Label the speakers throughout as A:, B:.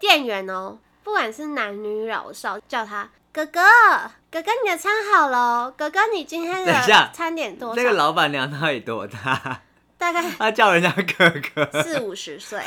A: 店员哦，不管是男女老少，叫他哥哥，哥哥你的餐好了哦，哥哥你今天
B: 等一下
A: 的餐点多
B: 那个
A: 少？
B: 老板娘到底多大？
A: 大概
B: 她叫人家哥哥。
A: 四五十 岁。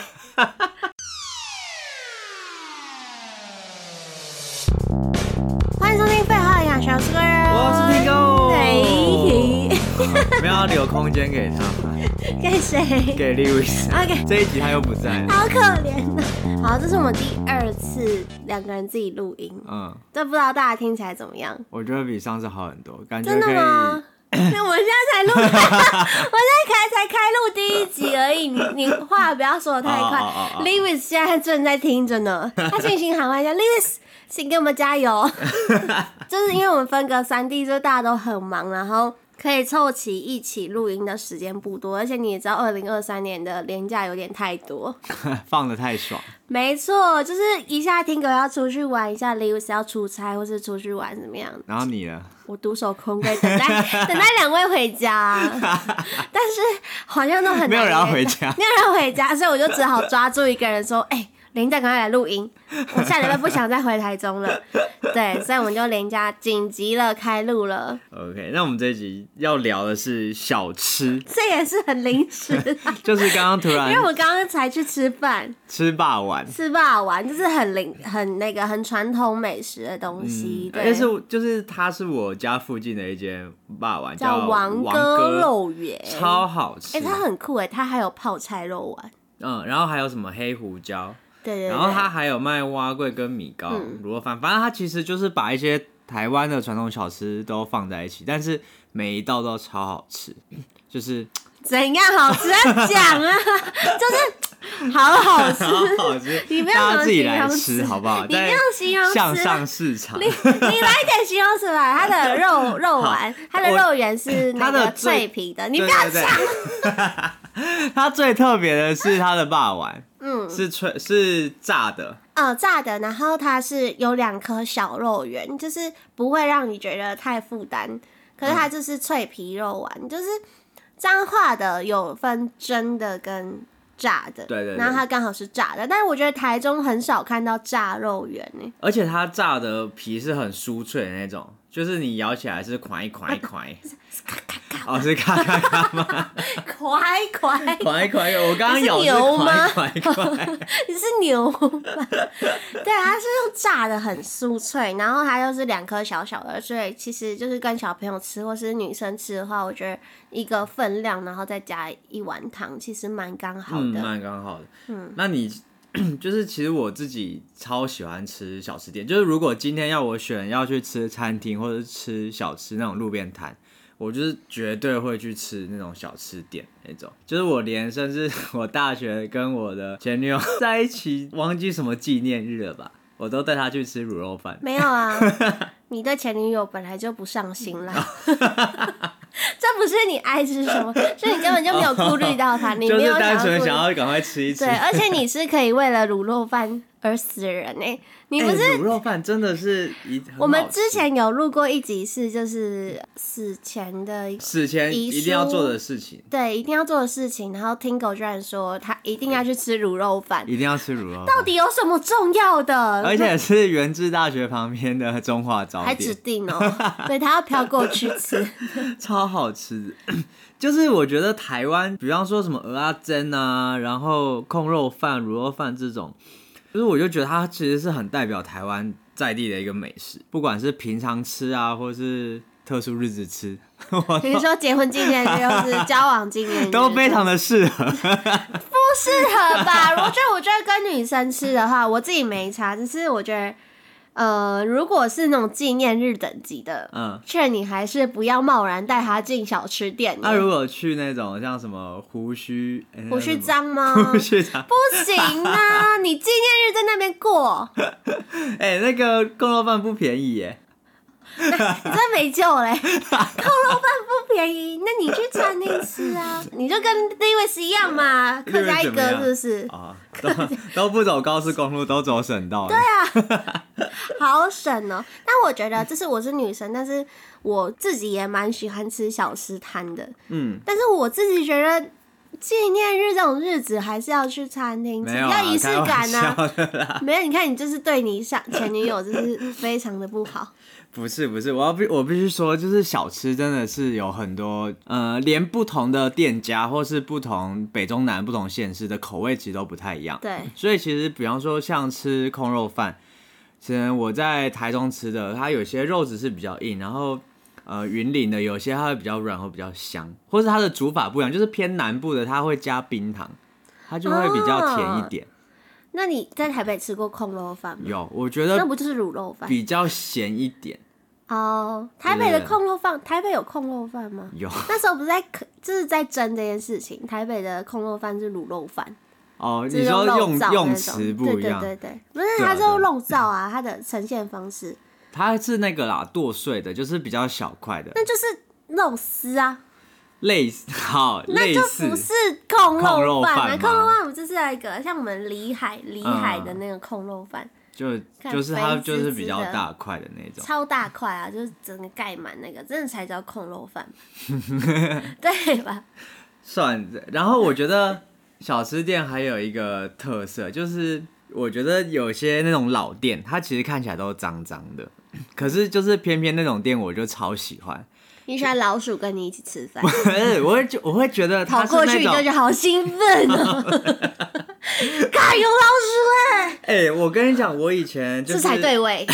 A: 欢迎收听《废话营养学》，我是个人，
B: 我是听
A: 嘿
B: 狗，
A: 嘿
B: 没有要留空间给他吗，
A: 哎给谁？
B: 给 Lewis。
A: OK
B: 这一集他又不在了。
A: 好可怜呐、好，这是我们第二次两个人自己录音，
B: 嗯，
A: 这不知道大家听起来怎么样？
B: 我觉得比上次好很多，感觉
A: 真的
B: 可以
A: 吗。？那我现在才 录，我现在才才开录第一集而已。你你话不要说的太
B: 哦哦哦
A: 快。
B: 哦
A: Lewis 现在正在听着呢，他信心喊话一下，Lewis，请给我们加 油。就是因为我们分隔三地，就大家都很忙，然后可以凑齐一起录音的时间不多，而且你也知道，二零二三年的年假有点太多。
B: 放的太爽。
A: 没错，就是一下听歌要出去玩，一下 Lewis 要出差或是出去玩怎么样的
B: 然后你呢？
A: 我独守空闺，等待 等待两位回家， 但是好像都很难
B: 没有人要
A: 约
B: 回
A: 到
B: 家
A: 没有人要回家，所以我就只好抓住一个人说：“哎、林仔赶快来录音，我下礼拜不想再回台中了。”对，所以我们就连家紧急了开录了，
B: OK，那我们这一集要聊的是小吃，
A: 这也是很临时 的，
B: 就是刚刚突然
A: 因为我刚刚才去吃饭，
B: 吃霸碗，
A: 吃霸王，就是很临很那个很传统美食的东西，对，
B: 但嗯是我就是它是我家附近的一间霸碗，
A: 叫
B: 王
A: 王
B: 哥
A: 哥肉圆，
B: 超好吃。
A: 哎、它很酷哎，它还有泡菜肉丸。
B: 嗯，然后还有什么黑胡椒，
A: 对对对，嗯
B: 然后它还有卖蛙桂跟米糕、卤肉饭，反正它其实就是把一些台湾的传统小吃都放在一起，但是每一道都超好吃，就是
A: 怎样好吃要讲 啊，就是好好吃，
B: 超好吃，
A: 你不要
B: 大家自己
A: 怎么
B: 来
A: 形容
B: 吃
A: 词
B: 好不好？
A: 你不
B: 在
A: 要形容
B: 向
A: 吃啊，
B: 上市场
A: 你，你来一点形容词吧。它的 肉肉丸，它的
B: 我
A: 肉圆是那
B: 它的
A: 个
B: 最
A: 脆皮的，你不
B: 对
A: 要
B: 对
A: 讲，
B: 对。 它最特别的是它的霸丸
A: 嗯
B: 是脆是炸的，
A: 呃炸的，然后它是有两颗小肉圆，就是不会让你觉得太负担，可是它就是脆皮肉
B: 嗯
A: 丸，就是彰化的有分蒸的跟。炸的，
B: 对对对
A: 然后它刚好是炸的，但是我觉得台中很少看到炸肉圆欸呢、
B: 而且它炸的皮是很酥脆的那种，就是你咬起来是款一款一款一，哦是咔咔咔吗？
A: 快快！
B: 款一款一，我刚刚
A: 你是
B: 咬是
A: 牛吗
B: 款一款一款，
A: 你是牛吧？对，它是用炸的很酥脆，然后它又是两颗小小的，所以其实就是跟小朋友吃或是女生吃的话，我觉得一个分量，然后再加一碗糖，其实蛮刚好
B: 嗯，
A: 的。
B: 蛮刚好的。嗯，那你 就是其实我自己超喜欢吃小吃店，就是如果今天要我选要去吃餐厅或者是吃小吃那种路边摊。我就是绝对会去吃那种小吃店那种，就是我连甚至 我大学跟我的前女友在一起，忘记什么纪念日了吧，我都带她去吃卤肉饭。
A: 没有啊，你对前女友本来就不上心 啦。这不是你爱吃什么，所以你根本就没有顾虑到他，你
B: 就
A: 没
B: 是
A: 有
B: 单纯
A: 顾虑
B: 想要赶快吃一吃。
A: 对，呃而且你是可以为了卤肉饭而死的人呢、欸你不是
B: 哎卤肉饭真的是一，很
A: 我们
B: 好吃
A: 之前有录过一集是就是死前的一个
B: 死前
A: 遗
B: 一
A: 书
B: 定要做的事情，
A: 对一定要做的事情，然后听狗居然说他一定要去吃卤肉饭，
B: 一定要吃卤肉
A: 到
B: 饭，
A: 底有什么重要的？
B: 而且是源自大学旁边的中华早
A: 还指
B: 点，
A: 定 哦、对他要飘过去吃，
B: 超好吃 的。就是我觉得台湾，比方说什么鹅啊煎啊，然后控肉饭、卤肉饭这种，就是我就觉得它其实是很代表台湾在地的一个美食，不管是平常吃啊，或是特殊日子吃， 我
A: 比如说结婚纪念日又是交往纪念日，
B: 都非常的适合。
A: 不适合吧？ 我觉得，我觉得跟女生吃的话，我自己没差，只是我觉得，呃，如果是那种纪念日等级的，
B: 嗯，
A: 劝你还是不要贸然带她进小吃店。
B: 啊那、如果去那种像什么胡须，诶
A: 胡须，张吗？
B: 那叫什么 胡须章，
A: 不行啊！ 你纪念日在那边过，
B: 哎、那个贡肉饭不便宜耶，
A: 你真没救嘞！扣肉饭不便宜，那你去餐厅吃 啊，你就跟 Lewis 一样嘛，客家一哥是不是？
B: 啊，都都不走高速公路，都走省道。对
A: 好省哦、但我觉得，这是我是女生，但是我自己也蛮喜欢吃小吃摊的。
B: 嗯，
A: 但是我自己觉得纪念日这种日子还是要去餐厅吃，
B: 没有、啊，
A: 要仪式感
B: 呢、
A: 呐、没有，你看你就是对你上前女友就是非常的不好。
B: 不是不是，我要必我必须说，就是小吃真的是有很多，呃，连不同的店家或是不同北中南不同县市的口味其实都不太一样。
A: 对，
B: 所以其实比方说像吃空肉饭，其实我在台中吃的，它有些肉质是比较硬，然后呃云林的有些它会比较软或比较香，或是它的煮法不一样，就是偏南部的它会加冰糖，它就会比较甜一点。
A: 那你在台北吃过空肉饭吗？
B: 有，我觉
A: 那
B: 得
A: 不就是卤肉饭？
B: 比较咸一点。
A: 哦，台北的空肉饭，台北有空肉饭吗？
B: 有
A: 那时候不是在可，就是在争这件事情。台北的空肉饭是卤肉饭，
B: 哦，
A: 就
B: 你
A: 是
B: 说
A: 肉
B: 用
A: 燥那
B: 用
A: 种
B: 词不一样，
A: 对对对对，不是
B: 对啊
A: 它是用
B: 对
A: 肉燥啊，它的呈现方式，
B: 它是那个啦，剁碎的，就是比较小块的，
A: 那就是肉丝啊，
B: 类似 好
A: 那
B: 类
A: 就
B: 似
A: 不是控
B: 控
A: 肉
B: 肉
A: 饭啊，
B: 饭
A: 控
B: 吗
A: 肉饭不就是那个像我们里海里海
B: 嗯
A: 的那个控肉饭，
B: 就
A: 看
B: 就是它
A: 肥滋
B: 就是
A: 滋
B: 比较
A: 的
B: 大块的那种。
A: 超大块啊， 就是整个盖满那个，真的才叫控肉 饭，对吧？
B: 算，然后我觉得小吃店还有一个特色，就是我觉得有些那种老店，它其实看起来都脏脏的， 可是就是偏偏那种店我就超喜欢，
A: 你喜欢老鼠跟你一起吃饭，
B: 我会觉我会觉得它
A: 跑
B: 是
A: 过去
B: 那
A: 你就觉
B: 种，
A: 得好兴奋 哦，看有老鼠哎、
B: 哎、我跟你讲，我以前就
A: 这
B: 是
A: 才对 味。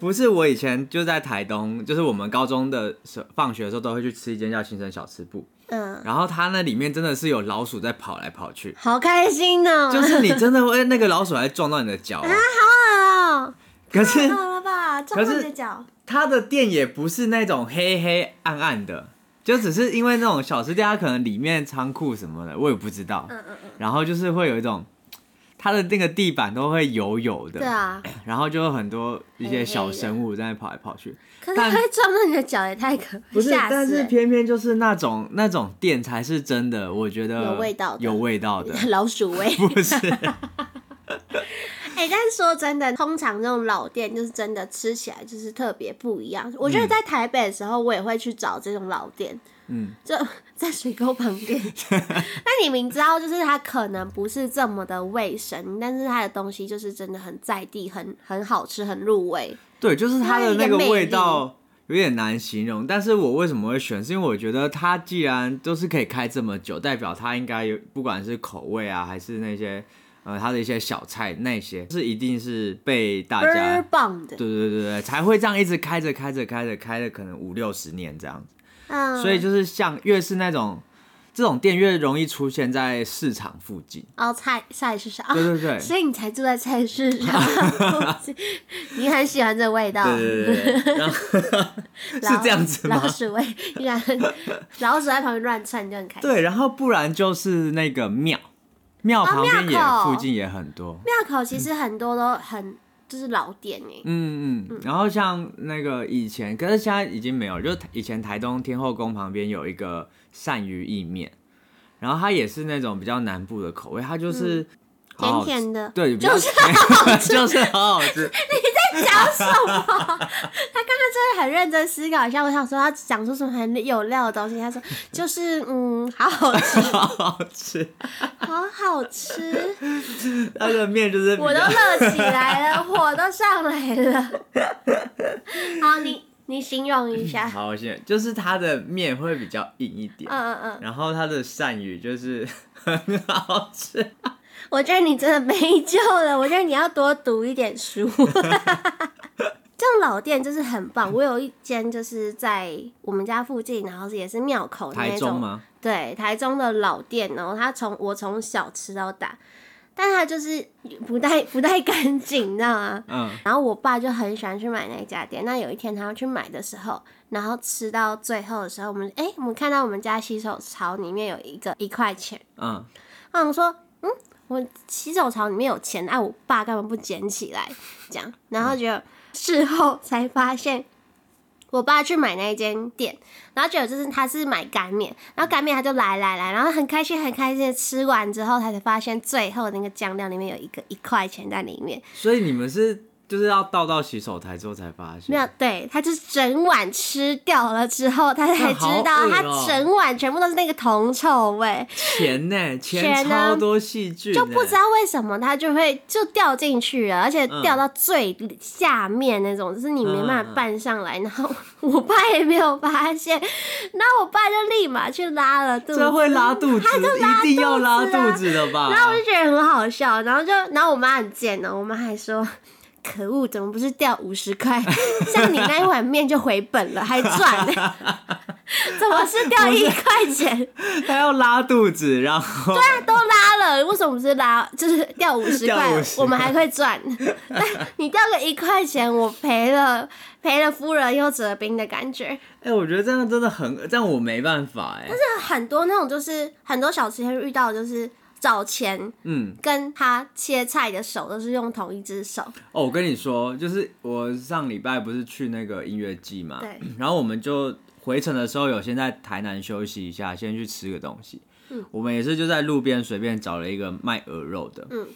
B: 不是我以前就在台东，就是我们高中的时候放学的时候都会去吃一间叫新生小吃部，
A: 嗯，
B: 然后它那里面真的是有老鼠在跑来跑去，
A: 好开心哦！
B: 就是你真的会那个老鼠还撞到你的脚哦、
A: 啊、 哦，
B: 可是。
A: 好了吧？撞到你的脚，
B: 它的店也不是那种黑黑暗暗的，就只是因为那种小吃店，它可能里面仓库什么的，我也不知道。
A: 嗯嗯嗯，
B: 然后就是会有一种，它的那个地板都会油油
A: 对
B: 的，
A: 啊。
B: 然后就有很多一
A: 黑黑
B: 些
A: 的
B: 小生物在那跑来跑去。
A: 可是
B: 但
A: 会撞到你的脚也太可
B: 不是，
A: 吓
B: 但
A: 死
B: 是
A: 人！
B: 偏偏就是那种那种店才是真的，我觉得
A: 有味道的
B: 有味道的，
A: 老鼠味，
B: 不是？
A: 哎、但是说真的，通常这种老店就是真的吃起来就是特别不一样。我觉得在台北的时候，我也会去找这种老店，
B: 嗯，
A: 就在水沟旁边。 那你明知道，就是它可能不是这么的卫生，但是它的东西就是真的很在地，很很好吃，很入味。
B: 对，就是它
A: 它有
B: 的那
A: 一个
B: 个
A: 魅力
B: 味道有点难形容，但是我为什么会选，是因为我觉得它既然都是可以开这么久，代表它应该有不管是口味啊，还是那些呃它的一些小菜那些，是一定是被大
A: 倍儿
B: 家
A: 棒的，
B: 对对对对才会这样一直开着开着开着开了可能五六十年这样子，
A: 嗯，
B: 所以就是像越是那种。这种店越容易出现在市场附近，
A: 哦，菜菜市场，
B: 对
A: 哦
B: 对对，
A: 所以你才住在菜市 场， 你很喜欢这味道，
B: 对对对对，然后
A: 老
B: 是这样子吗？
A: 老鼠味，你想老鼠在旁边乱窜，你就很开心。
B: 对，然后不然就是那个庙，庙旁边也、
A: 庙口
B: 附近也很多。
A: 啊庙口其实很多都很就是老店哎，
B: 嗯嗯，然后像那个以前，可是现在已经没有了，就是以前台东天后宫旁边有一个鳝鱼意面，然后它也是那种比较南部的口味，它就是好
A: 嗯甜
B: 好吃、
A: 甜的。
B: 对，比
A: 就
B: 较
A: 是
B: 甜就是好好吃，
A: 讲什么？他刚刚真的很认真思考一下，我想说他讲出什么很有料的东西。 他说就是嗯，好好吃，
B: 好好吃。
A: 好好吃，
B: 那个面就是比
A: 我都
B: 较
A: 热起来了，火都上来 了。好，你你形容一下，
B: 嗯好，我现在就是它的面会比较硬一点，
A: 嗯嗯嗯，
B: 然后它的鳝鱼就是很好吃。
A: 我觉得你真的没救了， 我觉得你要多读一点书。 这种老店就是很棒，我有一间就是在我们家附近，然后也是庙口那
B: 台
A: 一
B: 中
A: 种，
B: 吗？
A: 对，台中的老店，然后它从我从小吃到大，但它就是不太不太干净，你知道吗？
B: 嗯，
A: 然后我爸就很喜欢去买那一家店。那有一天他要去买的时候，然后吃到最后的时候，我们哎、我们看到我们家洗手槽里面有一个一块钱，
B: 嗯，
A: 然后我说，嗯，我洗手槽里面有钱，哎、我爸干嘛不捡起来？这样，然后就事后才发现。我爸去买那一间店，然后结果就是他是买干面，然后干面他就来来来，然后很开心很开心的吃完之后，他才发现最后那个酱料里面有一个一块钱在里面，
B: 所以你们是就是要倒到洗手台之后才发现。
A: 没有，对他就是整碗吃掉了之后，他才知道
B: 好恶
A: 他
B: 哦
A: 整碗全部都是那个铜臭味，
B: 钱呢、钱
A: 钱啊
B: 超多细菌、
A: 就不知。道为什么他就会就掉进去了，而且
B: 欸嗯
A: 掉到最下面那种，就是你没办
B: 嗯嗯
A: 法
B: 嗯
A: 拌上来。然后我爸也没有发现，然后我爸就立马去拉了肚子，啊
B: 这会拉肚子，一定要拉肚子的吧？
A: 然后我就觉得很好笑，然后就，然后我妈很贱哦呢，我妈还说。可恶，怎么不是掉五十块？像你那一碗面就回本了，还赚呢、 怎么是掉一块钱？
B: 他要拉肚
A: 啊
B: 子，然后
A: 那都拉了，为什么不是拉？就是掉五十
B: 掉
A: 块
B: 50，块
A: 我们还会赚。 但你掉个一块钱，我赔了赔了夫人又折兵的感觉。
B: 哎、我觉得这样真的很，这样我没办法哎、
A: 那很多那种就是很多小吃店遇到的就是找钱
B: 嗯，
A: 跟他切菜的手都是用同一只手，
B: 哦，我跟你说，就是我上礼拜不是去那个音乐季嘛，
A: 对，
B: 然后我们就回程的时候有先在台南休息一下，先去吃个东西。
A: 嗯，
B: 我们也是就在路边随便找了一个卖鹅肉的。
A: 嗯，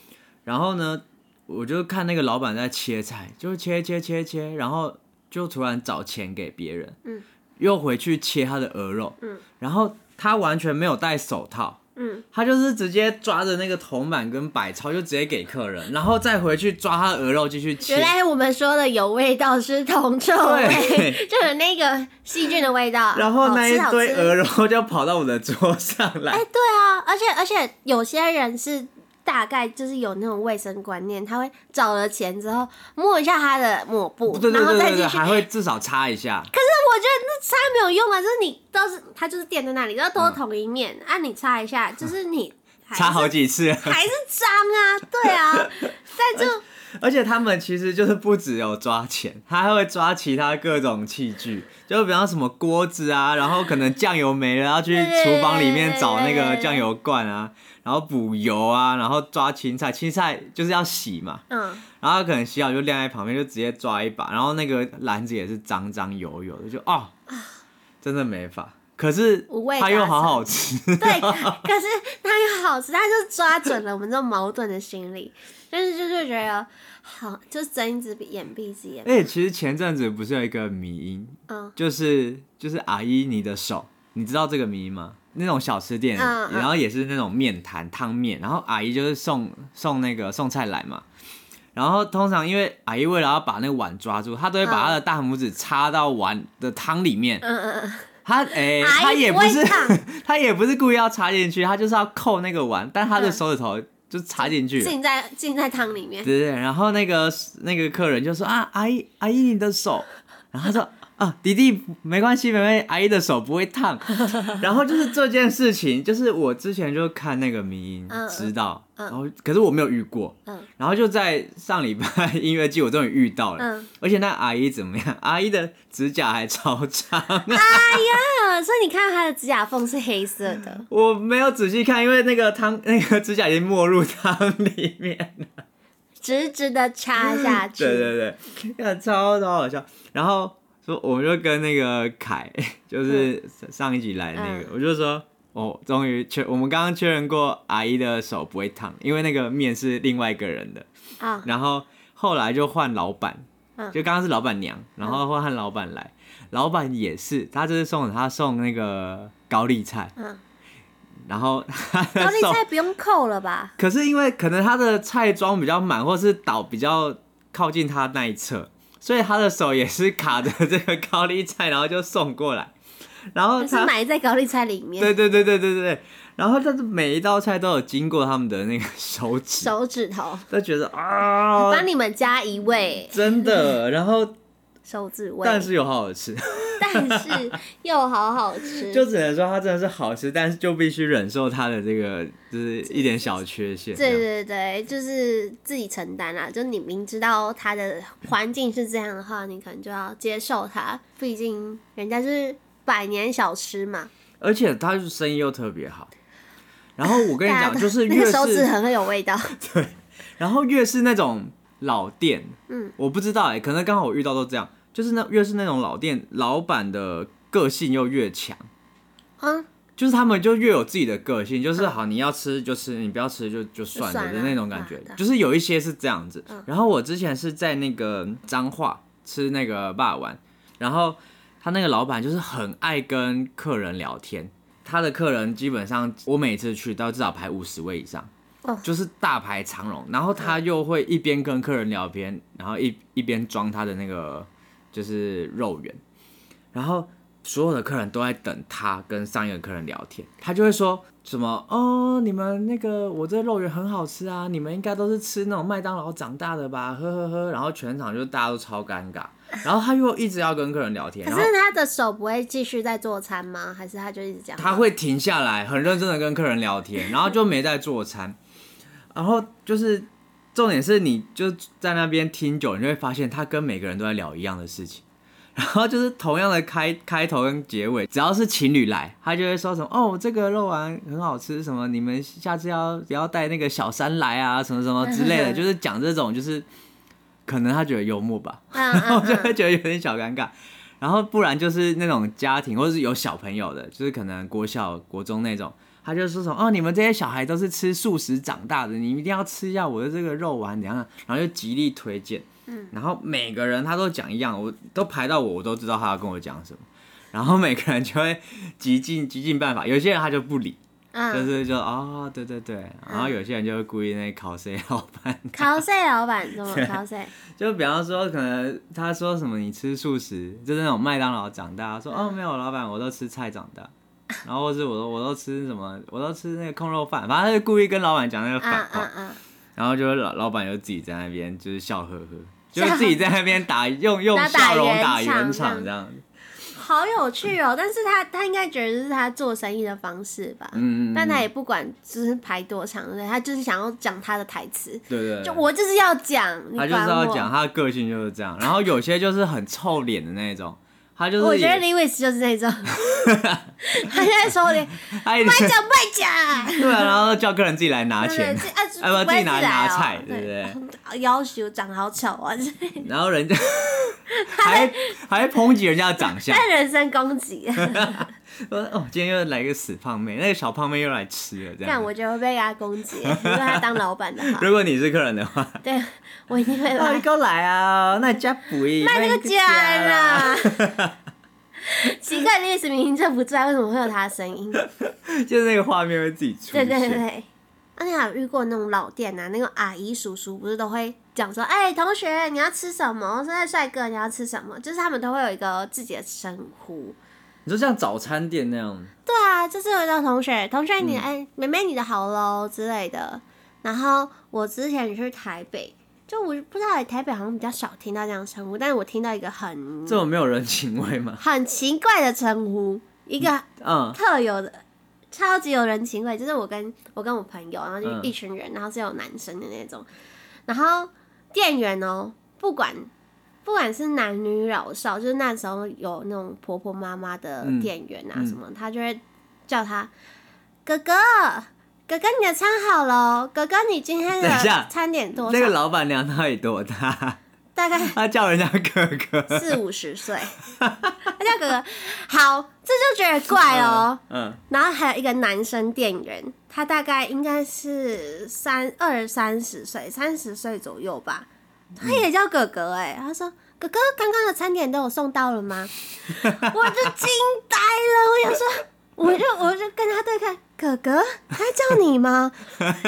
B: 然后呢，我就看那个老板在切菜，就切切切切，然后就突然找钱给别人。
A: 嗯，
B: 又回去切他的鹅肉。
A: 嗯，
B: 然后他完全没有戴手套。
A: 嗯，
B: 他就是直接抓着那个铜板跟百超，就直接给客人，然后再回去抓他的鹅肉继续切。
A: 原来我们说的有味道是铜臭味，
B: 对，
A: 就有那个细菌的味道。哦
B: 然后那一
A: 好吃
B: 堆
A: 好吃
B: 鹅肉就跑到我的桌上来
A: 哎、。对啊，而且而且有些人是大概就是有那种卫生观念，他会找了钱之后摸一下他的抹布，
B: 对对
A: 然后
B: 对
A: 再
B: 对
A: 进
B: 对，
A: 去。
B: 还会至少擦一下。
A: 可是我觉得那擦没有用啊，就是你都是他就是垫在那里，然后都是同一面，啊你擦一下，就是你还是
B: 嗯擦好几次，
A: 还是脏啊，对啊，但就
B: 而且他们其实就是不只有抓钱， 他还会抓其他各种器具，就比方什么锅子啊，然后可能酱油没了，要去
A: 对对对
B: 厨房里面找那
A: 对对
B: 个
A: 对
B: 酱油罐啊，然后补油啊，然后抓青菜，青菜就是要洗嘛，
A: 嗯，
B: 然后他可能洗好就晾在旁边，就直接抓一把，然后那个篮子也是脏脏油油的，就哦，真的没法。可是
A: 五啊味
B: 它又
A: 杂
B: 好好吃，
A: 对，可是他又好吃，他就抓准了我们这种矛盾的心理，就是就是觉得好，就睁一只眼闭一只眼，
B: 而哎且其实前阵子不是有一个迷音，
A: 嗯，
B: 就是就是阿姨你的手，你知道这个迷音吗？那种小吃店，
A: 嗯嗯
B: 然后也是那种面摊汤面，然后阿姨就是送送那个送菜来嘛。然后通常因为阿姨为了要把那个碗抓住，她都会把她的大拇指插到碗的汤里面。
A: 嗯嗯嗯，
B: 她诶，
A: 阿姨
B: 她哎也
A: 不
B: 不
A: 会
B: 是
A: 烫
B: 她也不是故意要插进去，她就是要扣那个碗，但她的
A: 嗯
B: 手指头就插进去了。
A: 浸在浸在汤里面，
B: 对对，对然后那个那个客人就说啊，阿姨阿姨你的手，然后他说啊，弟弟没关系没关系，阿姨的手不 会烫。然后就是这件事情，就是我之前就看那个迷音
A: 嗯嗯
B: 知道，
A: 嗯
B: 然后可是我没有遇过，
A: 嗯
B: 然后就在上礼拜 音乐季我终于遇到了，
A: 嗯，
B: 而且那阿姨怎么样？阿姨的指甲还超长，
A: 啊，所以你看他的指甲缝是黑色的，
B: 我没有仔细看，因为那个汤那个指甲已经没入汤里面。
A: 直直的插下去，
B: 对对对，看超超好笑。然后说，我就跟那个凯，就是
A: 嗯
B: 上一集来的那个，我就说，哦，终于确，我们刚刚确认过阿姨的手不会烫，因为那个面是另外一个人的。
A: 啊，
B: 然后后来就换老板，
A: 嗯
B: 就刚刚是老板娘，然后换老板来，老板也是，他就是送他送那个高丽菜，
A: 嗯
B: 然后他
A: 高
B: 的
A: 丽
B: 手
A: 菜不用扣了 吧？
B: 可是因为可能他的菜装比较满，或是倒比较靠近他那一侧，所以他的手也是卡着这个高丽菜，然后就送过来。然后
A: 还是
B: 他，
A: 埋在高丽菜里面，
B: 对对对对对对对，然后但是每一道菜都有经过他们的那个手指，
A: 手指头，
B: 都觉得啊，
A: 帮你们加一位
B: 真的。然后
A: 手指位，
B: 但是有好好吃，
A: 但是又好好吃，
B: 就只能说它真的是好吃，但是就必须忍受它的这个就是一点小缺陷。
A: 对对对，就是自己承担啊啦。就你明知道他的环境是这样的话，你可能就要接受它，毕竟人家是百年小吃嘛。
B: 而且它生意又特别好。然后我跟你
A: 大家
B: 讲，
A: 都
B: 就是
A: 那
B: 越
A: 个手指
B: 是
A: 很有味道。
B: 然后越是那种老店，
A: 嗯，
B: 我不知道哎、可能刚好我遇到都这样，就是那越是那种老店，老板的个性又越强，
A: 嗯，
B: 就是他们就越有自己的个性，就是好你要吃就吃，你不要吃就就算
A: 就
B: 了
A: 算
B: 的
A: 了啊嗯
B: 那种感觉
A: 对对，
B: 就是有一些是这样子。然后我之前是在那个彰化吃那个霸丸，然后他那个老板就是很爱跟客人聊天，他的客人基本上我每次去都至少排五十位以上
A: 哦。
B: 就是大排长龙，然后他又会一边跟客人聊天，然后一一边装他的那个就是肉圆，然后所有的客人都在等他跟上一个客人聊天，他就会说什么哦，你们那个我这肉圆很好吃啊，你们应该都是吃那种麦当劳长大的吧，呵呵呵，然后全场就大家都超尴尬，然后他又一直要跟客人聊天，
A: 可
B: 然后
A: 是他的手不会继续在做餐吗？还是他就一直讲？
B: 他会停下来，很认真的跟客人聊天，然后就没在做餐， 然后就是重点是你就在那边听久，你就会发现他跟每个人都在聊一样的事情。 然后就是同样的开开头跟结尾，只要是情侣来，他就会说什么哦，这个肉丸很好吃，什么你们下次要不要带那个小三来啊，什么什么之类的，就是讲这种就是可能他觉得幽默吧，
A: 嗯
B: 然后
A: 嗯
B: 就
A: 嗯，
B: 会觉得有点小尴尬。然后不然就是那种家庭或者是有小朋友的，就是可能国小、国中那种，他就说什么哦，你们这些小孩都是吃素食长大的，你一定要吃一下我的这个肉丸，怎样？然后就极力推荐。嗯，然后每个人他都讲一样，我都排到我，我都知道他要跟我讲什么。然后每个人就会极尽极尽办法，有些人他就不理，就
A: 嗯，
B: 是就哦，对对对，然后有些人就会故意那考 C 老板。
A: 考赛老板怎么考 赛？
B: 就比方说，可能他说什么你吃素食，就是那种麦当劳长大，说
A: 嗯
B: 哦没有老板，我都吃菜长大，然后或是我都我都吃什么，我都吃那个空肉饭，反正他就故意跟老板讲那个
A: 啊
B: 反话，
A: 啊啊！
B: 然后就是老老板就自己在那边就是笑呵呵，就
A: 笑
B: 是自己在那边打用用
A: 打打
B: 笑容
A: 圆
B: 打圆
A: 场
B: 场这样，
A: 好有趣哦！但是他他应该觉得这是他做生意的方式吧？
B: 嗯嗯，
A: 但
B: 嗯
A: 他也不管就是排多长，对不对他就是想要讲他的台词，
B: 对对对，
A: 就我就是要讲，你
B: 他
A: 管
B: 就是要讲
A: 我。
B: 他的个性就是这样，然后有些就是很臭脸的那种，他就是
A: 我觉得
B: 也
A: Lewis 就是那 种，他现在手里
B: 他一直
A: 卖讲卖讲，
B: 对啊，然后叫客人自己来拿
A: 对
B: 钱
A: 不。对这
B: 要不要
A: 啊
B: 自己拿
A: 来
B: 拿
A: 哦
B: 菜对不
A: 对？ 要求长好丑啊！这
B: 然 后人家还还抨击人家的长相，
A: 在人身攻 击，
B: 说哦，今天又来个死胖妹，那个小胖妹又来吃了这
A: 但
B: 样。
A: 我觉得会被他攻击。如果他当老板的话，
B: 如果你是客人的话，
A: 对我一定会
B: 哦，
A: 把
B: 你给我来啊，那加补一，
A: 卖这
B: 那
A: 个假
B: 加啦，
A: 啦。 奇怪，Lewis 明明就不在，为什么会有他的声音？
B: 就是那个画面会自己出
A: 对
B: 现。
A: 对对。那、你还有遇过那种老店啊？那个阿姨叔叔不是都会讲说：“哎、同学，你要吃什么？”现在帅哥，你要吃什么？就是他们都会有一个自己的称呼。
B: 你说像早餐店那样，
A: 对啊，就是有一个同学，同学
B: 嗯
A: 你哎、妹妹你的好喽之类的。然后我之前去台北，就我不知道台北好像比较少听到这样称呼，但是我听到一个很
B: 这种没有人情 味吗？
A: 很奇怪的称呼，一个
B: 嗯
A: 特有的，超级有人情味。就是我跟我跟我朋友，然后就
B: 嗯
A: 一群人，然后是有男生的那种，然后店员哦、不管不管是男女老少，就是那时候有那种婆婆妈妈的
B: 嗯
A: 店员啊
B: 嗯
A: 什么，他就会叫他哥哥。哥哥，你的餐好了哦，哥哥，你今天
B: 等一下
A: 的餐点多
B: 那个
A: 少？
B: 老板娘到底多大？
A: 大概
B: 她叫人家哥哥。
A: 四五十岁。他叫哥哥，好，这就觉得怪 哦。
B: 嗯，
A: 然后还有一个男生店员，他大概应该是三二三十岁，三十岁左右吧。他也叫哥哥哎、他说：“哥哥，刚刚的餐点都有送到了吗？” 我就惊呆了，我想说，我就我就跟他对看，哥哥，他叫你 吗？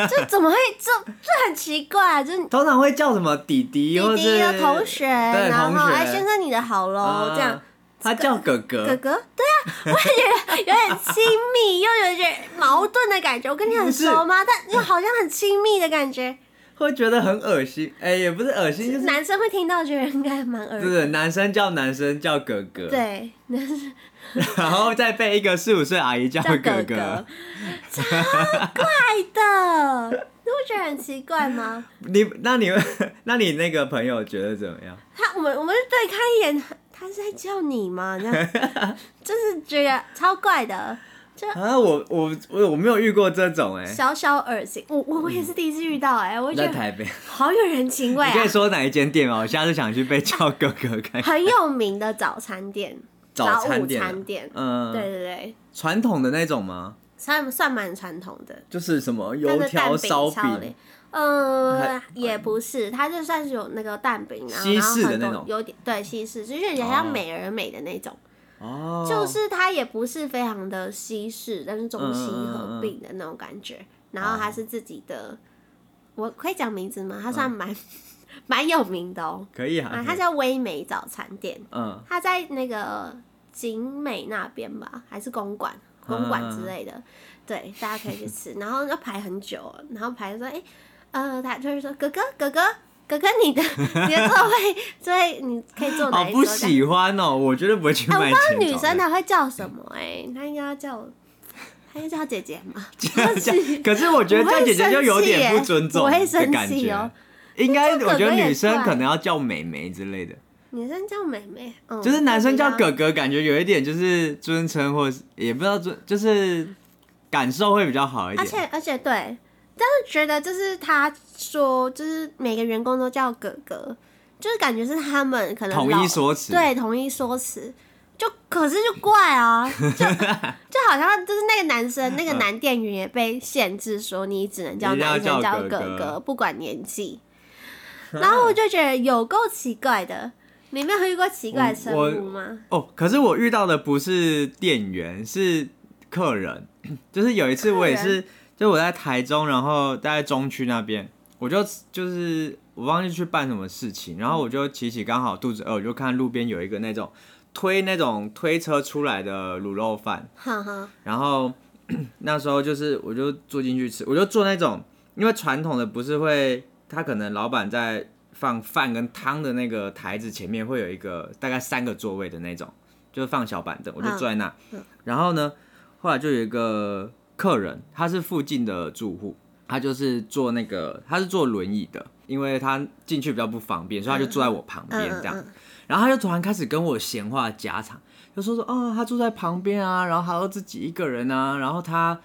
A: 这怎么会这这很奇怪，就是
B: 嗯，通常会叫什么弟弟，或
A: 弟弟
B: 是
A: 的同学，
B: 对
A: 然
B: 同
A: 后
B: 学
A: 哎先生你的好喽、
B: 啊
A: 这样。
B: 他叫哥哥，
A: 哥哥，对啊， 我也觉得有点亲密，又有点矛盾的感觉。我跟你很熟吗？但又好像很亲密的感觉。
B: 会觉得很恶心。哎、也不是恶心，就是
A: 男生会听到，觉得应该蛮耳
B: 对对，男生叫男生叫哥哥，，
A: 对，男生
B: 然后再被一个四五岁阿姨叫
A: 叫
B: 哥
A: 哥哥，超怪的，你不觉得很奇怪吗？
B: 你那你 那你那个朋友觉得怎么样？
A: 他我们我们就对看一眼，他是在叫你吗？这 样就是觉得超怪的，
B: 啊，我我我我没有遇过这种哎、
A: 小小恶心。我我我也是第一次遇到哎、我觉
B: 在
A: 得
B: 台北，
A: 好有人情味
B: 你可
A: 啊
B: 以，说哪一间店吗？我下次想去被叫哥哥看。
A: 很有名的早餐店。早
B: 餐
A: 午
B: 店啊，
A: 餐店，
B: 嗯，
A: 对，对对，
B: 传统的那种吗？
A: 算算蛮传统的。
B: 就是什么
A: 它
B: 油
A: 的蛋
B: 条、
A: 饼
B: 烧
A: 超
B: 饼
A: 累，呃
B: 还，
A: 也不是，它就算是有那个蛋饼，然后
B: 西式
A: 然后
B: 的那
A: 很
B: 种
A: 多有点对西式，就是有点像
B: 哦
A: 美而美的那种，
B: 哦，
A: 就是它也不是非常的西式，但是中西
B: 嗯嗯嗯
A: 合并的那种感觉。
B: 嗯
A: 然后它是自己的，我可以讲名字吗？它算蛮 蛮有名的哦，
B: 可嗯以啊，
A: 啊，
B: 可
A: 它
B: 以
A: 叫微美早餐店，
B: 嗯
A: 它在那个景美那边吧，还是公馆、
B: 啊
A: 公馆之类的，对，大家可以去吃。然后要排很久，然后排说，哎、呃，他就是说，哥哥，哥哥，哥哥，你的 你的座位，座位你可以坐
B: 好
A: 哪一桌
B: 哦不
A: 这样？
B: 喜欢哦，我绝对不会去
A: 哎我
B: 卖
A: 不知道
B: 钱。
A: 女生她会叫什么、哎，她应该要叫，她应该叫姐姐嘛，
B: 这样这样，可是我觉得
A: 我会
B: 叫姐姐就有点不尊重
A: 生气耶
B: 的感
A: 我会生气哦
B: 觉。应该
A: 这个
B: 我觉得女
A: 有
B: 生
A: 点怪
B: 可能要叫妹妹之类的，
A: 女生叫妹妹，嗯，
B: 就是男生叫
A: 不知道
B: 哥哥，感觉有一点就是尊称，或是也不知道尊，就是感受会比较好一
A: 而
B: 点。
A: 且而且对，但是觉得就是他说，就是每个员工都叫哥哥，就是感觉是他们可能
B: 统
A: 老
B: 一说辞
A: 对，统一说辞。就可是就怪啊，就 就好像就是那个男
B: 嗯
A: 生，那个男店员也被限制说你只能叫
B: 一定要
A: 男生
B: 叫
A: 叫
B: 哥
A: 哥
B: 哥
A: 哥，不管年 纪。然后我就觉得有够奇怪的，你没有遇过奇怪的称
B: 我
A: 呼吗？
B: 哦，可是我遇到的不是店员，是客人。 就是有一次我也
A: 客
B: 是，就我在台中，然后在中区那边，我就就是我忘记去办什么事情，然后我就骑骑，刚好肚子饿，我就看路边有一个那种推那种推车出来的卤肉饭，
A: 哈哈，
B: 然后 那时候就是我就坐进去吃，我就做那种，因为传统的不是会，他可能老板在放饭跟汤的那个台子前面会有一个大概三个座位的那种，就是放小板凳，我就坐在那。
A: 嗯
B: 然后呢，后来就有一个客人，他是附近的住户，他就是坐那个他是坐轮椅的，因为他进去比较不方便，所以他就坐在我旁边
A: 嗯嗯
B: 这样。
A: 嗯，
B: 然后他就突然开始跟我闲话家常，就说说哦，他住在旁边啊，然后他都自己一个人啊，然后他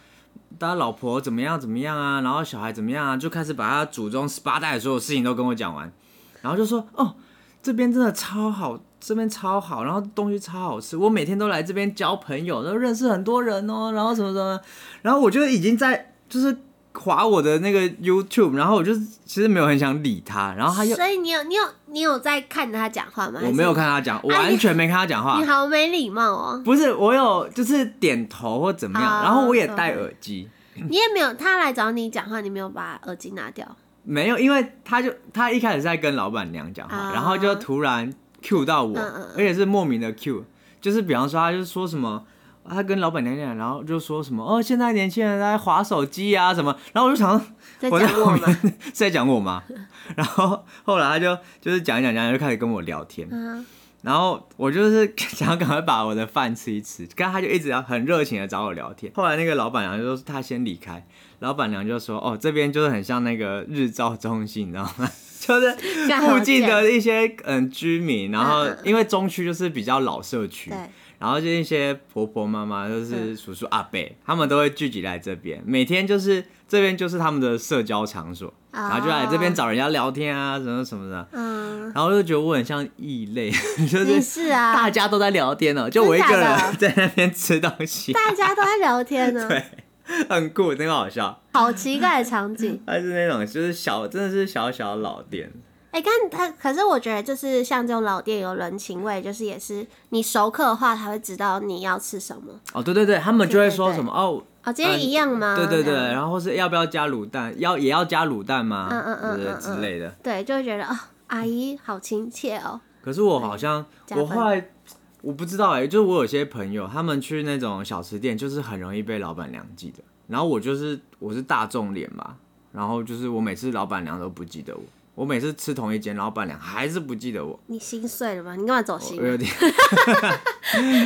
B: 他老婆怎么样怎么样啊，然后小孩怎么样啊，就开始把他祖宗十八代的所有事情都跟我讲完，然后就说哦，这边真的超好，这边超好，然后东西超好吃，我每天都来这边交朋友，然后认识很多人哦，然后什么什么，然后我就已经在就是划我的那个 YouTube，然后我就其实没有很想理他，然后他又。
A: 所以你有你有你有在看他讲话吗？
B: 我
A: 啊还
B: 没
A: 是
B: 有看他讲，我
A: 啊你
B: 完全没看他讲话。
A: 你好没礼貌哦！
B: 不是，我有就是点头或怎么样，
A: 啊嗯
B: 然后我也戴耳机，
A: 你也没有他来找你讲话，你没有把耳机拿掉，
B: 没有，因为他就他一开始在跟老板娘讲话，
A: 啊
B: 然后就突然 Q 到
A: 嗯
B: 我，
A: 嗯嗯
B: 而且是莫名的 Q，就是比方说他就说什么。他跟老板娘讲，然后就说什么哦，现在年轻人在划手机啊什么，然后我就想说
A: 在
B: 我
A: 讲
B: 在
A: 我
B: 后
A: 吗？
B: 面 是在讲我吗？然后后来他就就是讲一讲讲一讲，就开始跟我聊天，
A: 嗯，
B: 然后我就是 想要赶快把我的饭吃一吃，跟他就一直要很热情的找我聊天。后来那个老板娘就说她先离开，老板娘就说哦这边就是很像那个日照中心，你知道吗？ 就是
A: 干
B: 附近
A: 好
B: 的一些嗯居民，然后
A: 嗯嗯嗯
B: 因为中区就是比较老社区，
A: 对，
B: 然后就一些婆婆妈妈，就是叔叔阿伯，他们都会聚集来这边，每天就是这边就是他们的社交场所，
A: 啊
B: 然后就来这边找人家聊天啊什么什么的，
A: 嗯，
B: 然后就觉得我很像异类， 就
A: 你
B: 是。
A: 是啊，
B: 大家都在聊天呢，就我一个
A: 真假
B: 人
A: 的
B: 在那边吃东西，
A: 大家都在聊天呢，
B: 对，很酷，真的好笑。
A: 好奇怪的场景。
B: 它是那种就是小，真的是小小老店，
A: 哎，但他可是我觉得就是像这种老店有人情味，就是也是你熟客的话，他会知道你要吃什么。
B: 哦，对对对，他们就会说
A: 对对对
B: 什么哦，
A: 哦，今天一样吗？
B: 对对对，
A: 这样
B: 然后或是要不要加卤蛋，要也要加卤蛋吗？
A: 嗯嗯嗯
B: 对对
A: 嗯嗯
B: 之类的。
A: 对，就会觉得哦，阿姨好亲切哦。
B: 可是我好像
A: 加分
B: 我后来我不知道哎、就是我有些朋友他们去那种小吃店，就是很容易被老板娘记得，然后我就是我是大众脸嘛，然后就是我每次老板娘都不记得我。我每次吃同一间，老板娘还是不记得我，
A: 你心碎了吗？你干嘛走心啊
B: 我？有点。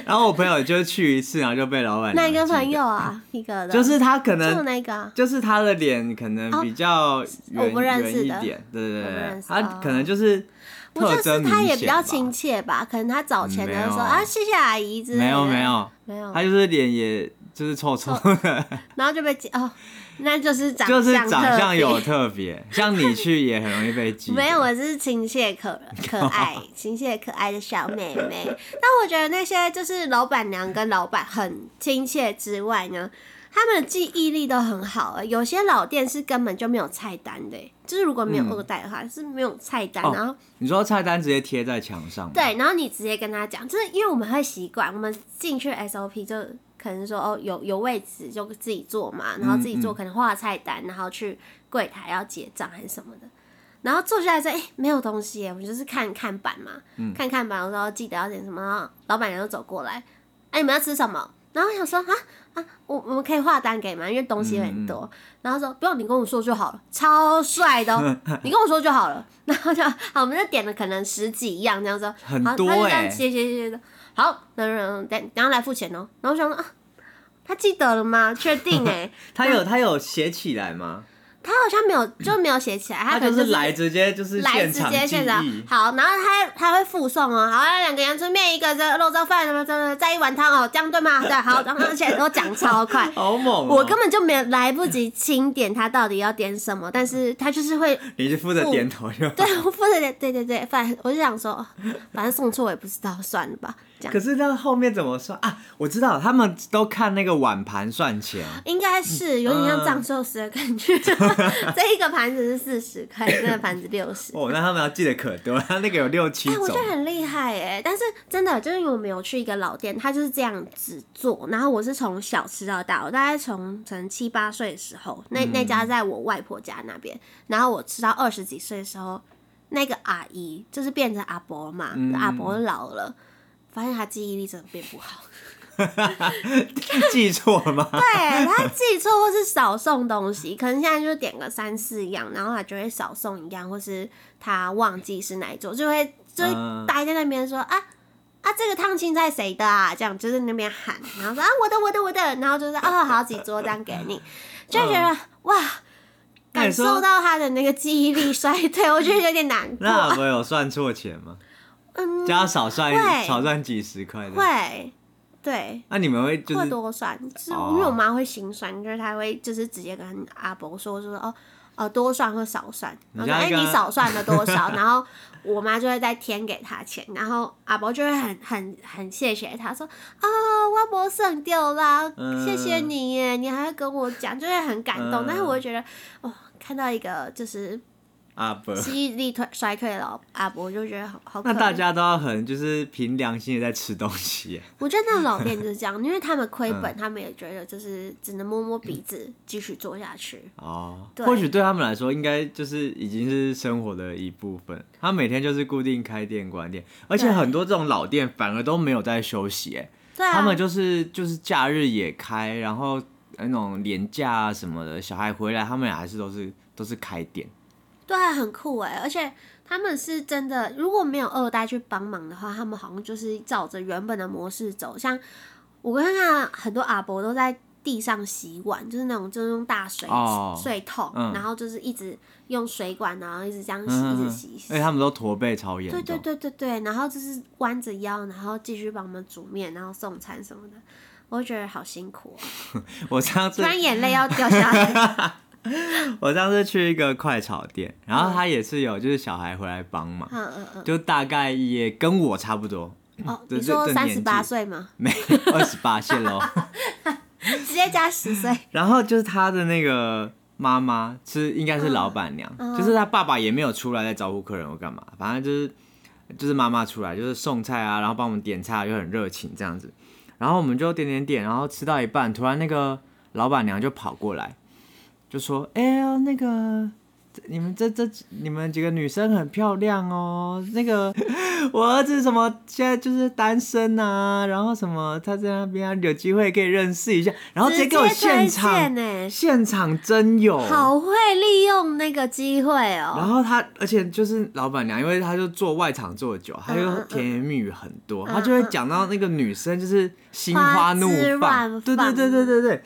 B: 然后我朋友就去一次，然后就被老板娘
A: 那一个
B: 记得
A: 朋友啊，一个的，
B: 就是他可
A: 就
B: 能
A: 那个啊
B: 就是他的脸可能比较
A: 哦我
B: 圆
A: 不认识
B: 圆一
A: 的
B: 点，对对
A: 我
B: 对
A: 不认
B: 对
A: 识，
B: 他
A: 哦
B: 可能就是
A: 我觉
B: 特
A: 得
B: 征
A: 是
B: 明
A: 他也比
B: 显
A: 较
B: 吧
A: 亲切吧，可能他早前的时候
B: 没有
A: 啊，谢谢阿姨之类的。嗯
B: 没有没有，
A: 没有，
B: 他就是脸也就是臭臭，
A: 啊然后就被记哦，那就是长
B: 就是
A: 相
B: 长
A: 特
B: 相
A: 别
B: 有特别， 像你去也很容易被记 得。
A: 没有，我是亲切可可 爱、亲切可爱的小妹妹。但我觉得那些就是老板娘跟老板很亲切之外呢，他们的记忆力都很好、欸。有些老店是根本就没有菜单的欸、就是如果没有二代的话、是没有菜单，
B: 哦
A: 然后
B: 你说菜单直接贴在墙上吗，
A: 对，然后你直接跟他讲，就是因为我们会习惯，我们进去 SOP 就可能说哦有有位置就自己坐嘛，然后自己坐
B: 嗯嗯
A: 可能画菜单，然后去柜台要结账还是什么的。然后坐下来说，哎、没有东西耶，我们就是看看板嘛，
B: 嗯
A: 看看板，我说记得要点什么，然后老板娘就走过来，哎、你们要吃什么？然后我想说啊啊，我我们可以画单给你吗？因为东西
B: 嗯
A: 很多。然后说不用，你跟我说就好了，超帅的、 哦，你跟我说就好了。然后就好，我们就点了可能十几样这样说，
B: 很
A: 好
B: 多
A: 他就这
B: 欸
A: 样写写写的，好，等等等，然后来付钱哦。然后我想说啊，他记得了吗？确定哎、
B: 他有他有写起来吗？
A: 他好像没有就没有写起来，他
B: 他
A: 可
B: 就
A: 能
B: 是来直接就是
A: 来
B: 现
A: 直
B: 场
A: 接
B: 记
A: 现场
B: 忆，，
A: 好，然后他他会附送哦，好，那两个阳春面，一个这肉燥饭什么什么，再一碗汤哦，这样对吗？对，好，然后而且都讲超快
B: 好 猛哦！
A: 我根本就没有来不及清点他到底要点什么，但是他就是会
B: 你是负责点头就好。
A: 对我负责点，对对对，反正我就想说，哦反正送错我也不知道，算了吧，这样
B: 可是那后面怎么算啊？我知道，他们都看那个碗盘算钱，
A: 应该是有点像藏寿司的感觉，
B: 嗯
A: 这一个盘子是四十块，那个盘子六十。
B: 哦，那他们要记得可多，他那个有六七
A: 哎、我觉
B: 种
A: 得，很厉害哎、但是真的就是因为我们有去一个老店，他就是这样子做。然后我是从小吃到大，我大概从可能七八岁的时候，那那
B: 嗯
A: 家在我外婆家那边，然后我吃到二十几岁的时候，那个阿姨就是变成阿伯嘛，
B: 嗯
A: 阿伯老了，发现他记忆力真的变不好，
B: 记错了吗？
A: 对他记错或是少送东西，可能现在就点个三四样，然后他就会少送一样，或是他忘记是哪一桌，就会就会
B: 嗯
A: 待在那边说啊啊，这个烫青菜谁的啊？这样就是那边喊，然后说啊我的我的我的，然后就是啊好几桌这样给你，就会觉得、哇，
B: 嗯那
A: 感
B: 你说
A: 受到他的那个记忆力衰退，我觉得有点难
B: 那阿
A: 过。
B: 伯有算错钱吗？
A: 嗯，
B: 加少算
A: 会
B: 少算几十块的，
A: 会，对。
B: 那你们会就
A: 会
B: 是
A: 多算，就是
B: 哦
A: 因为我妈会心算，就是她会就是直接跟阿伯说，就说哦哦多算或少算，然
B: 你
A: 后说哎
B: 现在跟
A: 你少算了多 少，然后我妈就会再添给她钱，然后阿伯就会很很很谢谢她说啊、我伯省掉啦，
B: 嗯
A: 谢谢你耶，你还会跟我讲，就会很感动，
B: 嗯
A: 但是我会觉得哦看到一个就是
B: 阿 伯，
A: 记忆力退衰退的老阿伯，就觉得好好可
B: 那大
A: 怜。
B: 家都要很就是凭良心的在吃东西 耶，
A: 我觉得那老店就是这样，因为他们亏
B: 嗯
A: 本，他们也觉得就是只能摸摸鼻子继续做下去。
B: 哦，
A: 对
B: 或许对他们来说，应该就是已经是生活的一部分。他每天就是固定开店关店，而且
A: 对
B: 很多这种老店反而都没有在休息，哎、
A: 对啊，
B: 他们就是就是假日也开，然后那种年假啊什么的，小孩回来他们也还是都是都是开店。
A: 对啊，很酷哎，而且他们是真的，如果没有二代去帮忙的话，他们好像就是照着原本的模式走。像我看看很多阿伯都在地上洗碗，就是那种就是用大水、
B: 哦
A: 水桶，
B: 嗯
A: 然后就是一直用水管，然后一直这样洗，
B: 嗯，
A: 一
B: 嗯
A: 直
B: 嗯
A: 洗，一直洗
B: 而且他们都驼背超严
A: 对
B: 重，
A: 对对对对，然后就是弯着腰，然后继续帮我们煮面，然后送餐什么的，我就觉得好辛苦、哦，
B: 我上
A: 突
B: 次
A: 然眼泪要掉下来。
B: 我上次去一个快炒店，然后他也是有就是小孩回来帮忙，
A: 嗯嗯嗯，
B: 就大概也跟我差不多，
A: 哦，
B: 这
A: 你说
B: 这这
A: 三
B: 年
A: 十
B: 纪
A: 八岁吗？
B: 没 二十八线喽。
A: 直接加十岁，
B: 然后就是他的那个妈妈是应该是老板娘，
A: 嗯
B: 就是他爸爸也没有出来在招呼客人或干嘛，反正就是就是妈妈出来就是送菜啊，然后帮我们点菜啊，就很热情这样子。然后我们就点点点，然后吃到一半，突然那个老板娘就跑过来，就说：“哎呦，那个你们这这你们几个女生很漂亮哦，那个我儿子什么现在就是单身啊，然后什么他在那边啊、有机会可以认识一下，然后直接给我哦现场
A: 呢，
B: 现场真有。
A: 欸好会利用那个机会
B: 然
A: 哦。
B: 后他，而且就是老板娘，因为她就做外场做的久，她就
A: 嗯嗯
B: 甜言蜜语很多，
A: 嗯
B: 她就会讲到那个女生就是心花怒
A: 花枝
B: 放，
A: 乱
B: 对对
A: 放
B: 对对对对。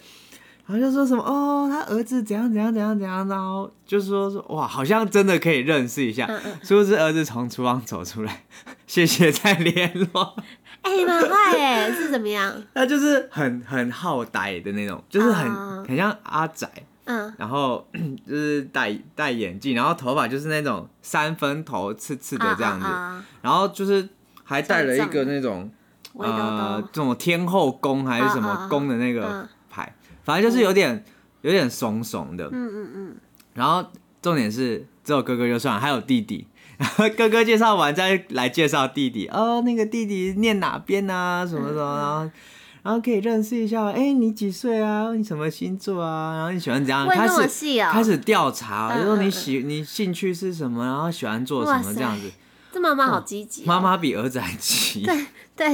B: 然后就说什么哦，他儿子怎样怎样怎样怎样，然后就说说哇，好像真的可以认识一下
A: 嗯嗯，
B: 是不是？儿子从厨房走出来，谢谢再联 络。
A: 哎，你蛮快哎，是怎么样？
B: 他就是很很好呆的那种，就是很
A: 啊
B: 很像阿宅，
A: 嗯 嗯，
B: 然后 就是戴戴眼镜，然后头发就是那种三分头刺刺的这样子，
A: 啊啊啊
B: 然后就是还戴了一个那种
A: 围兜
B: 呃
A: 兜，
B: 这种天后宫还是什
A: 啊啊
B: 么
A: 啊
B: 宫的那个
A: 嗯
B: 牌，反正就是有点有点怂怂的，
A: 嗯嗯嗯，
B: 然后重点是只有哥哥就算了，还有弟 弟。然后哥哥介绍完再来介绍弟弟，哦，那个弟弟念哪边啊？什么什
A: 嗯
B: 么，然后然后可以认识一下，哎，你几岁啊？你什么星座啊？然后你喜欢怎样？
A: 问
B: 开
A: 那么
B: 始
A: 细哦、
B: 开始调查，
A: 嗯
B: 就说
A: 嗯
B: 你
A: 嗯
B: 喜你兴趣是什么，然后喜欢做什
A: 哇
B: 么
A: 塞
B: 这样子。
A: 这妈妈好积极哦、
B: 妈妈比儿子还急，
A: 对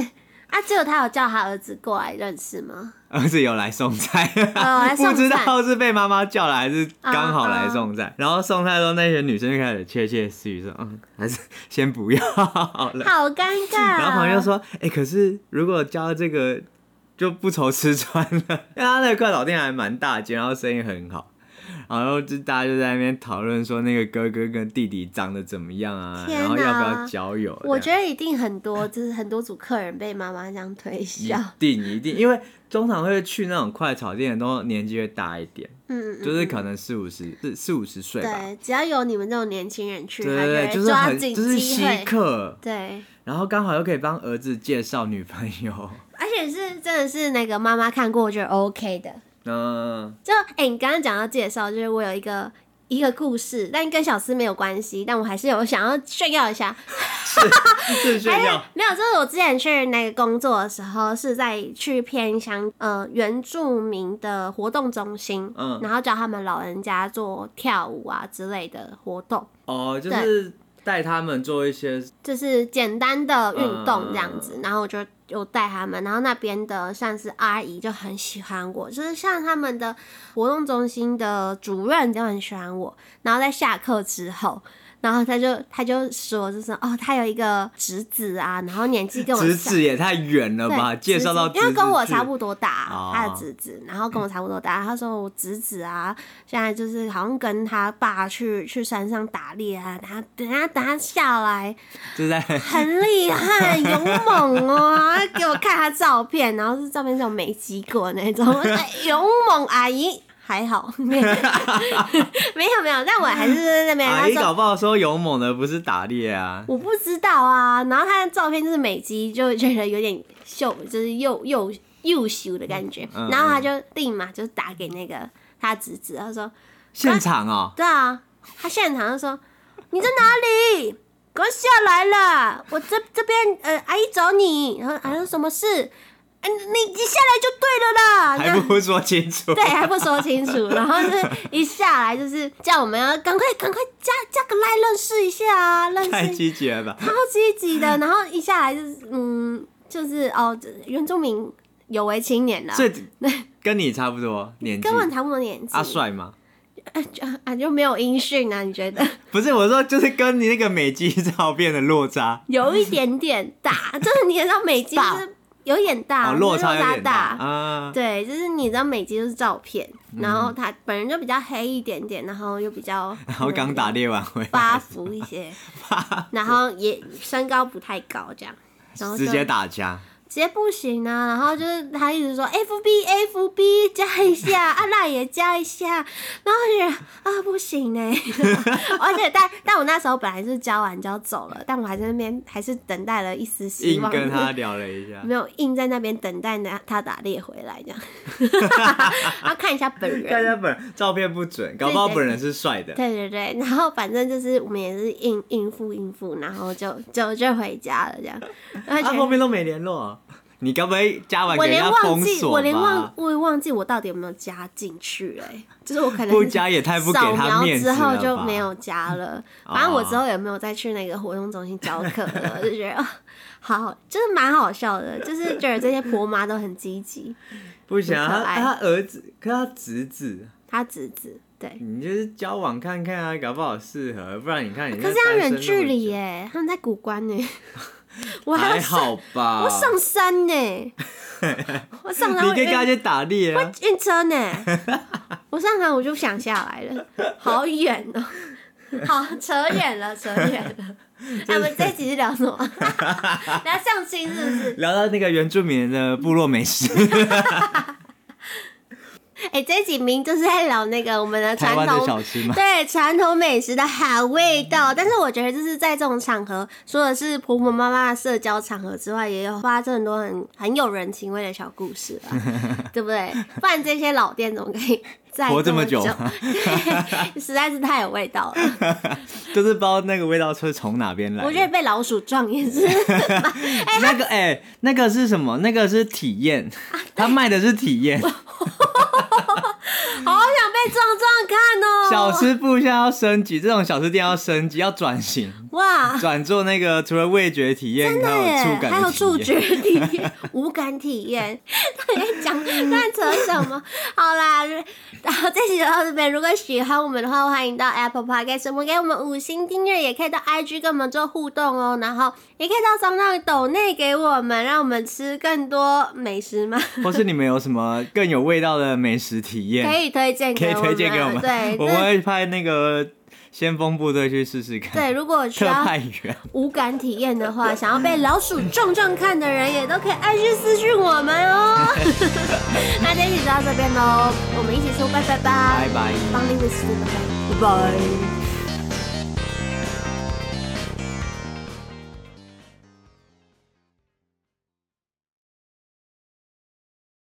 A: 啊，只有他有叫他儿子过来认识吗？
B: 儿子有来送菜，
A: 哦来送
B: 不
A: 菜
B: 知道是被妈妈叫来还是刚好来
A: 啊
B: 送菜。然后送菜的时候，那些女生就开始窃窃私语说：“嗯，还是先不要好了。
A: 好尴尬、哦
B: 然后朋友，
A: 啊
B: 说：“哎、可是如果教这个就不愁吃穿了，因 为他那个快炒店还蛮大间，然后生意很好。”然后就大家就在那边讨论说那个哥哥跟弟弟长得怎么样啊，
A: 天
B: 然后要不
A: 哪
B: 要交友？
A: 我
B: 这样
A: 觉得一定很多，就是很多组客人被妈妈这样推
B: 一
A: 销。
B: 定一定，因为通常会去那种快炒店的都年纪会大一点，
A: 嗯，嗯
B: 就是
A: 嗯
B: 可能四五十、四四五十岁吧。
A: 对，只要有你们这种年轻人去，
B: 对
A: 他
B: 对
A: 就
B: 对，就
A: 会
B: 是
A: 抓
B: 很
A: 紧
B: 就是
A: 机
B: 稀
A: 会。
B: 客，
A: 对，
B: 然后刚好又可以帮儿子介绍女朋友。
A: 而且是真的是那个妈妈看过，我觉得 OK 的。
B: 嗯，
A: 就哎、你刚刚讲到介绍，就是我有一个一个故事，但跟小思没有关系，但我还是有想要炫耀一下，
B: 是炫耀。
A: 没有，就是我之前去那个工作的时候，是在去偏乡呃原住民的活动中心，
B: 嗯
A: 然后教他们老人家做跳舞啊之类的活动，
B: 哦，就是带他们做一些
A: 就是简单的运动这样
B: 嗯
A: 子。然后我就有带他们，然后那边的像是阿姨就很喜欢我，就是像他们的活动中心的主任就很喜欢我。然后在下课之后。然后他就他就说，就是哦，他有一个侄子啊，然后年纪跟我
B: 侄
A: 像
B: 子也太远了
A: 对，
B: 吧？介绍到
A: 侄子因为跟我差
B: 多。
A: 不多大，
B: 哦嗯
A: 他的侄子，然后跟我差不多大。他说我侄子啊，现在就是好像跟他爸去去山上打猎啊，他等下等他下来
B: 就在
A: 很厉害，勇猛哦、他给我看他照片，然后是照片上没击过那种，我说哎勇猛阿姨。还好，没有 没有，但我还是在那 边。
B: 阿
A: 他
B: 姨
A: 说
B: 搞不好说勇猛的不是打猎啊，
A: 我不知道啊。然后他的照片就是美肌，就会觉得有点秀，就是又又又羞的感觉。
B: 嗯
A: 然后他就立马就打给那个他侄子，他说
B: 现场哦：“，
A: 对啊，他现场就说你在哪里？”给我下来了，我这这边呃，阿姨找你，然后还说什么事？哎、你你下来就对了啦。
B: 还
A: 那
B: 不说清楚。
A: 啊 对，还不说清楚，然后就是一下来就是叫我们要赶快赶快加加个来认识一下啊，认识
B: 太
A: 一
B: 积极了吧？
A: 超积极 的，然后一下来就是嗯，就是哦，原住民有为青年啊了，
B: 所以跟你差不多年纪啊
A: 根。本谈不多年纪。
B: 阿帅吗？
A: 就啊就没有音讯啊？你觉得
B: 不是，我说就是跟你那个美肌照片的落差，
A: 有一点点 大，就是你也知道美肌
B: 大
A: 是有一点大，
B: 哦，
A: 就是
B: 落
A: 落
B: 差有点
A: 大。
B: 啊。嗯
A: 对，就是你知道美肌就是照片，然后他本人就比较黑一点点，然后又比较嗯
B: 然后刚打猎完回
A: 发
B: 来，
A: 福一 些，然后也身高不太高这样，然后就
B: 直接 打架，
A: 直接不行啊！然后就是他一直说 F B F B 加一下， 阿赖也加一下，然后我就觉得啊不行呢、 而且但但我那时候本来是交完就要走了，但我还在那边还是等待了一丝希
B: 硬
A: 望，
B: 跟他聊了一下。
A: 没有硬在那边等待呢，他打猎回来这样， 然后看一下本
B: 大
A: 人。
B: 家本人照片不准，搞不好
A: 对对
B: 本人是帅的。
A: 对对对，然后反正就是我们也是应应付应付，然后就就就回家了这样。而
B: 他
A: 且
B: 后面都没联络，你该不会加完
A: 我
B: 啊给人
A: 连
B: 家
A: 忘
B: 封
A: 记，
B: 锁
A: 我连忘
B: 吧？，
A: 我也忘记我到底有没有加进去哎、就是我可能
B: 不加也太不给
A: 扫
B: 他
A: 描
B: 面子
A: 之后
B: 了
A: 就
B: 吧
A: 没有加 了。
B: 哦
A: 反正我之后也没有再去那个活动中心教课了， 就觉得啊，好，就是蛮好笑的，就是觉得这些婆妈都很积极。
B: 不行
A: 很
B: 啊，
A: 可爱
B: 他他儿子，可他侄子，
A: 她侄子对，
B: 你就是交往看看啊，搞不好适合，不然你看你
A: 可
B: 这
A: 是要
B: 单身
A: 远距离
B: 那么久，
A: 耶、他们在古关呢、 我还
B: 还
A: 要上，
B: 好吧？
A: 我上山呢、 我上山
B: 你
A: 会
B: 可以
A: 晕
B: 跟他去打猎啊，
A: 晕车呢，欸我上台我就想下来了，好远哦、好扯远 了，扯远了。哎，我们这一集是聊什 么？聊相亲是不是？
B: 聊到那个原住民的部落美食。
A: 哎、哎、这几名就是在聊那个我们的
B: 台
A: 传
B: 湾的
A: 统
B: 小 吃嘛，
A: 对传统美食的好味道。但是我觉得，就是在这种场合，除了是婆婆妈妈的社交场合之外，也有发生很多很很有人情味的小故事 啊，对不对？不然这些老店怎么可以在
B: 活
A: 这
B: 这么
A: 久
B: 久？
A: 对， 实在是太有味 道了。
B: 就是不知道那个味道是从哪边来的。
A: 我觉得被老鼠撞也是
B: 那个哎、那个是什么？那个是体 验，
A: 啊
B: 他卖的是体验。
A: 好想被撞撞看哦。
B: 小吃部现在要升级，这种小吃店要升级，要转 型，
A: 哇，
B: 转做那个 除了味觉体验，
A: 真
B: 还
A: 的
B: 有触
A: 耶，
B: 感，
A: 还有触。觉体验、无感体验， 到底在讲乱扯什么？好啦，然后这期就到这边。如果喜欢我们的话，欢迎到 Apple Podcast 我们给我们五星订阅，也可以到 IG 跟我们做互动哦。然后也可以到商浪抖内给我们，让我们吃更多美食 吗？
B: 或是你们有什么更有味道的美食体
A: 可
B: 验，
A: 以推荐
B: 可以
A: 给我们，
B: 推荐给我们，
A: 对，
B: 我们会派那个先锋部队去试试
A: 对
B: 看。
A: 对，如果需
B: 特
A: 要
B: 派员，
A: 无感体验的话， 想要被老鼠撞撞看的人，也都可以按去私讯我们哦。 那这期就到这边喽，我们一起说拜拜吧，
B: 拜拜。
A: 帮林的拜拜，拜拜。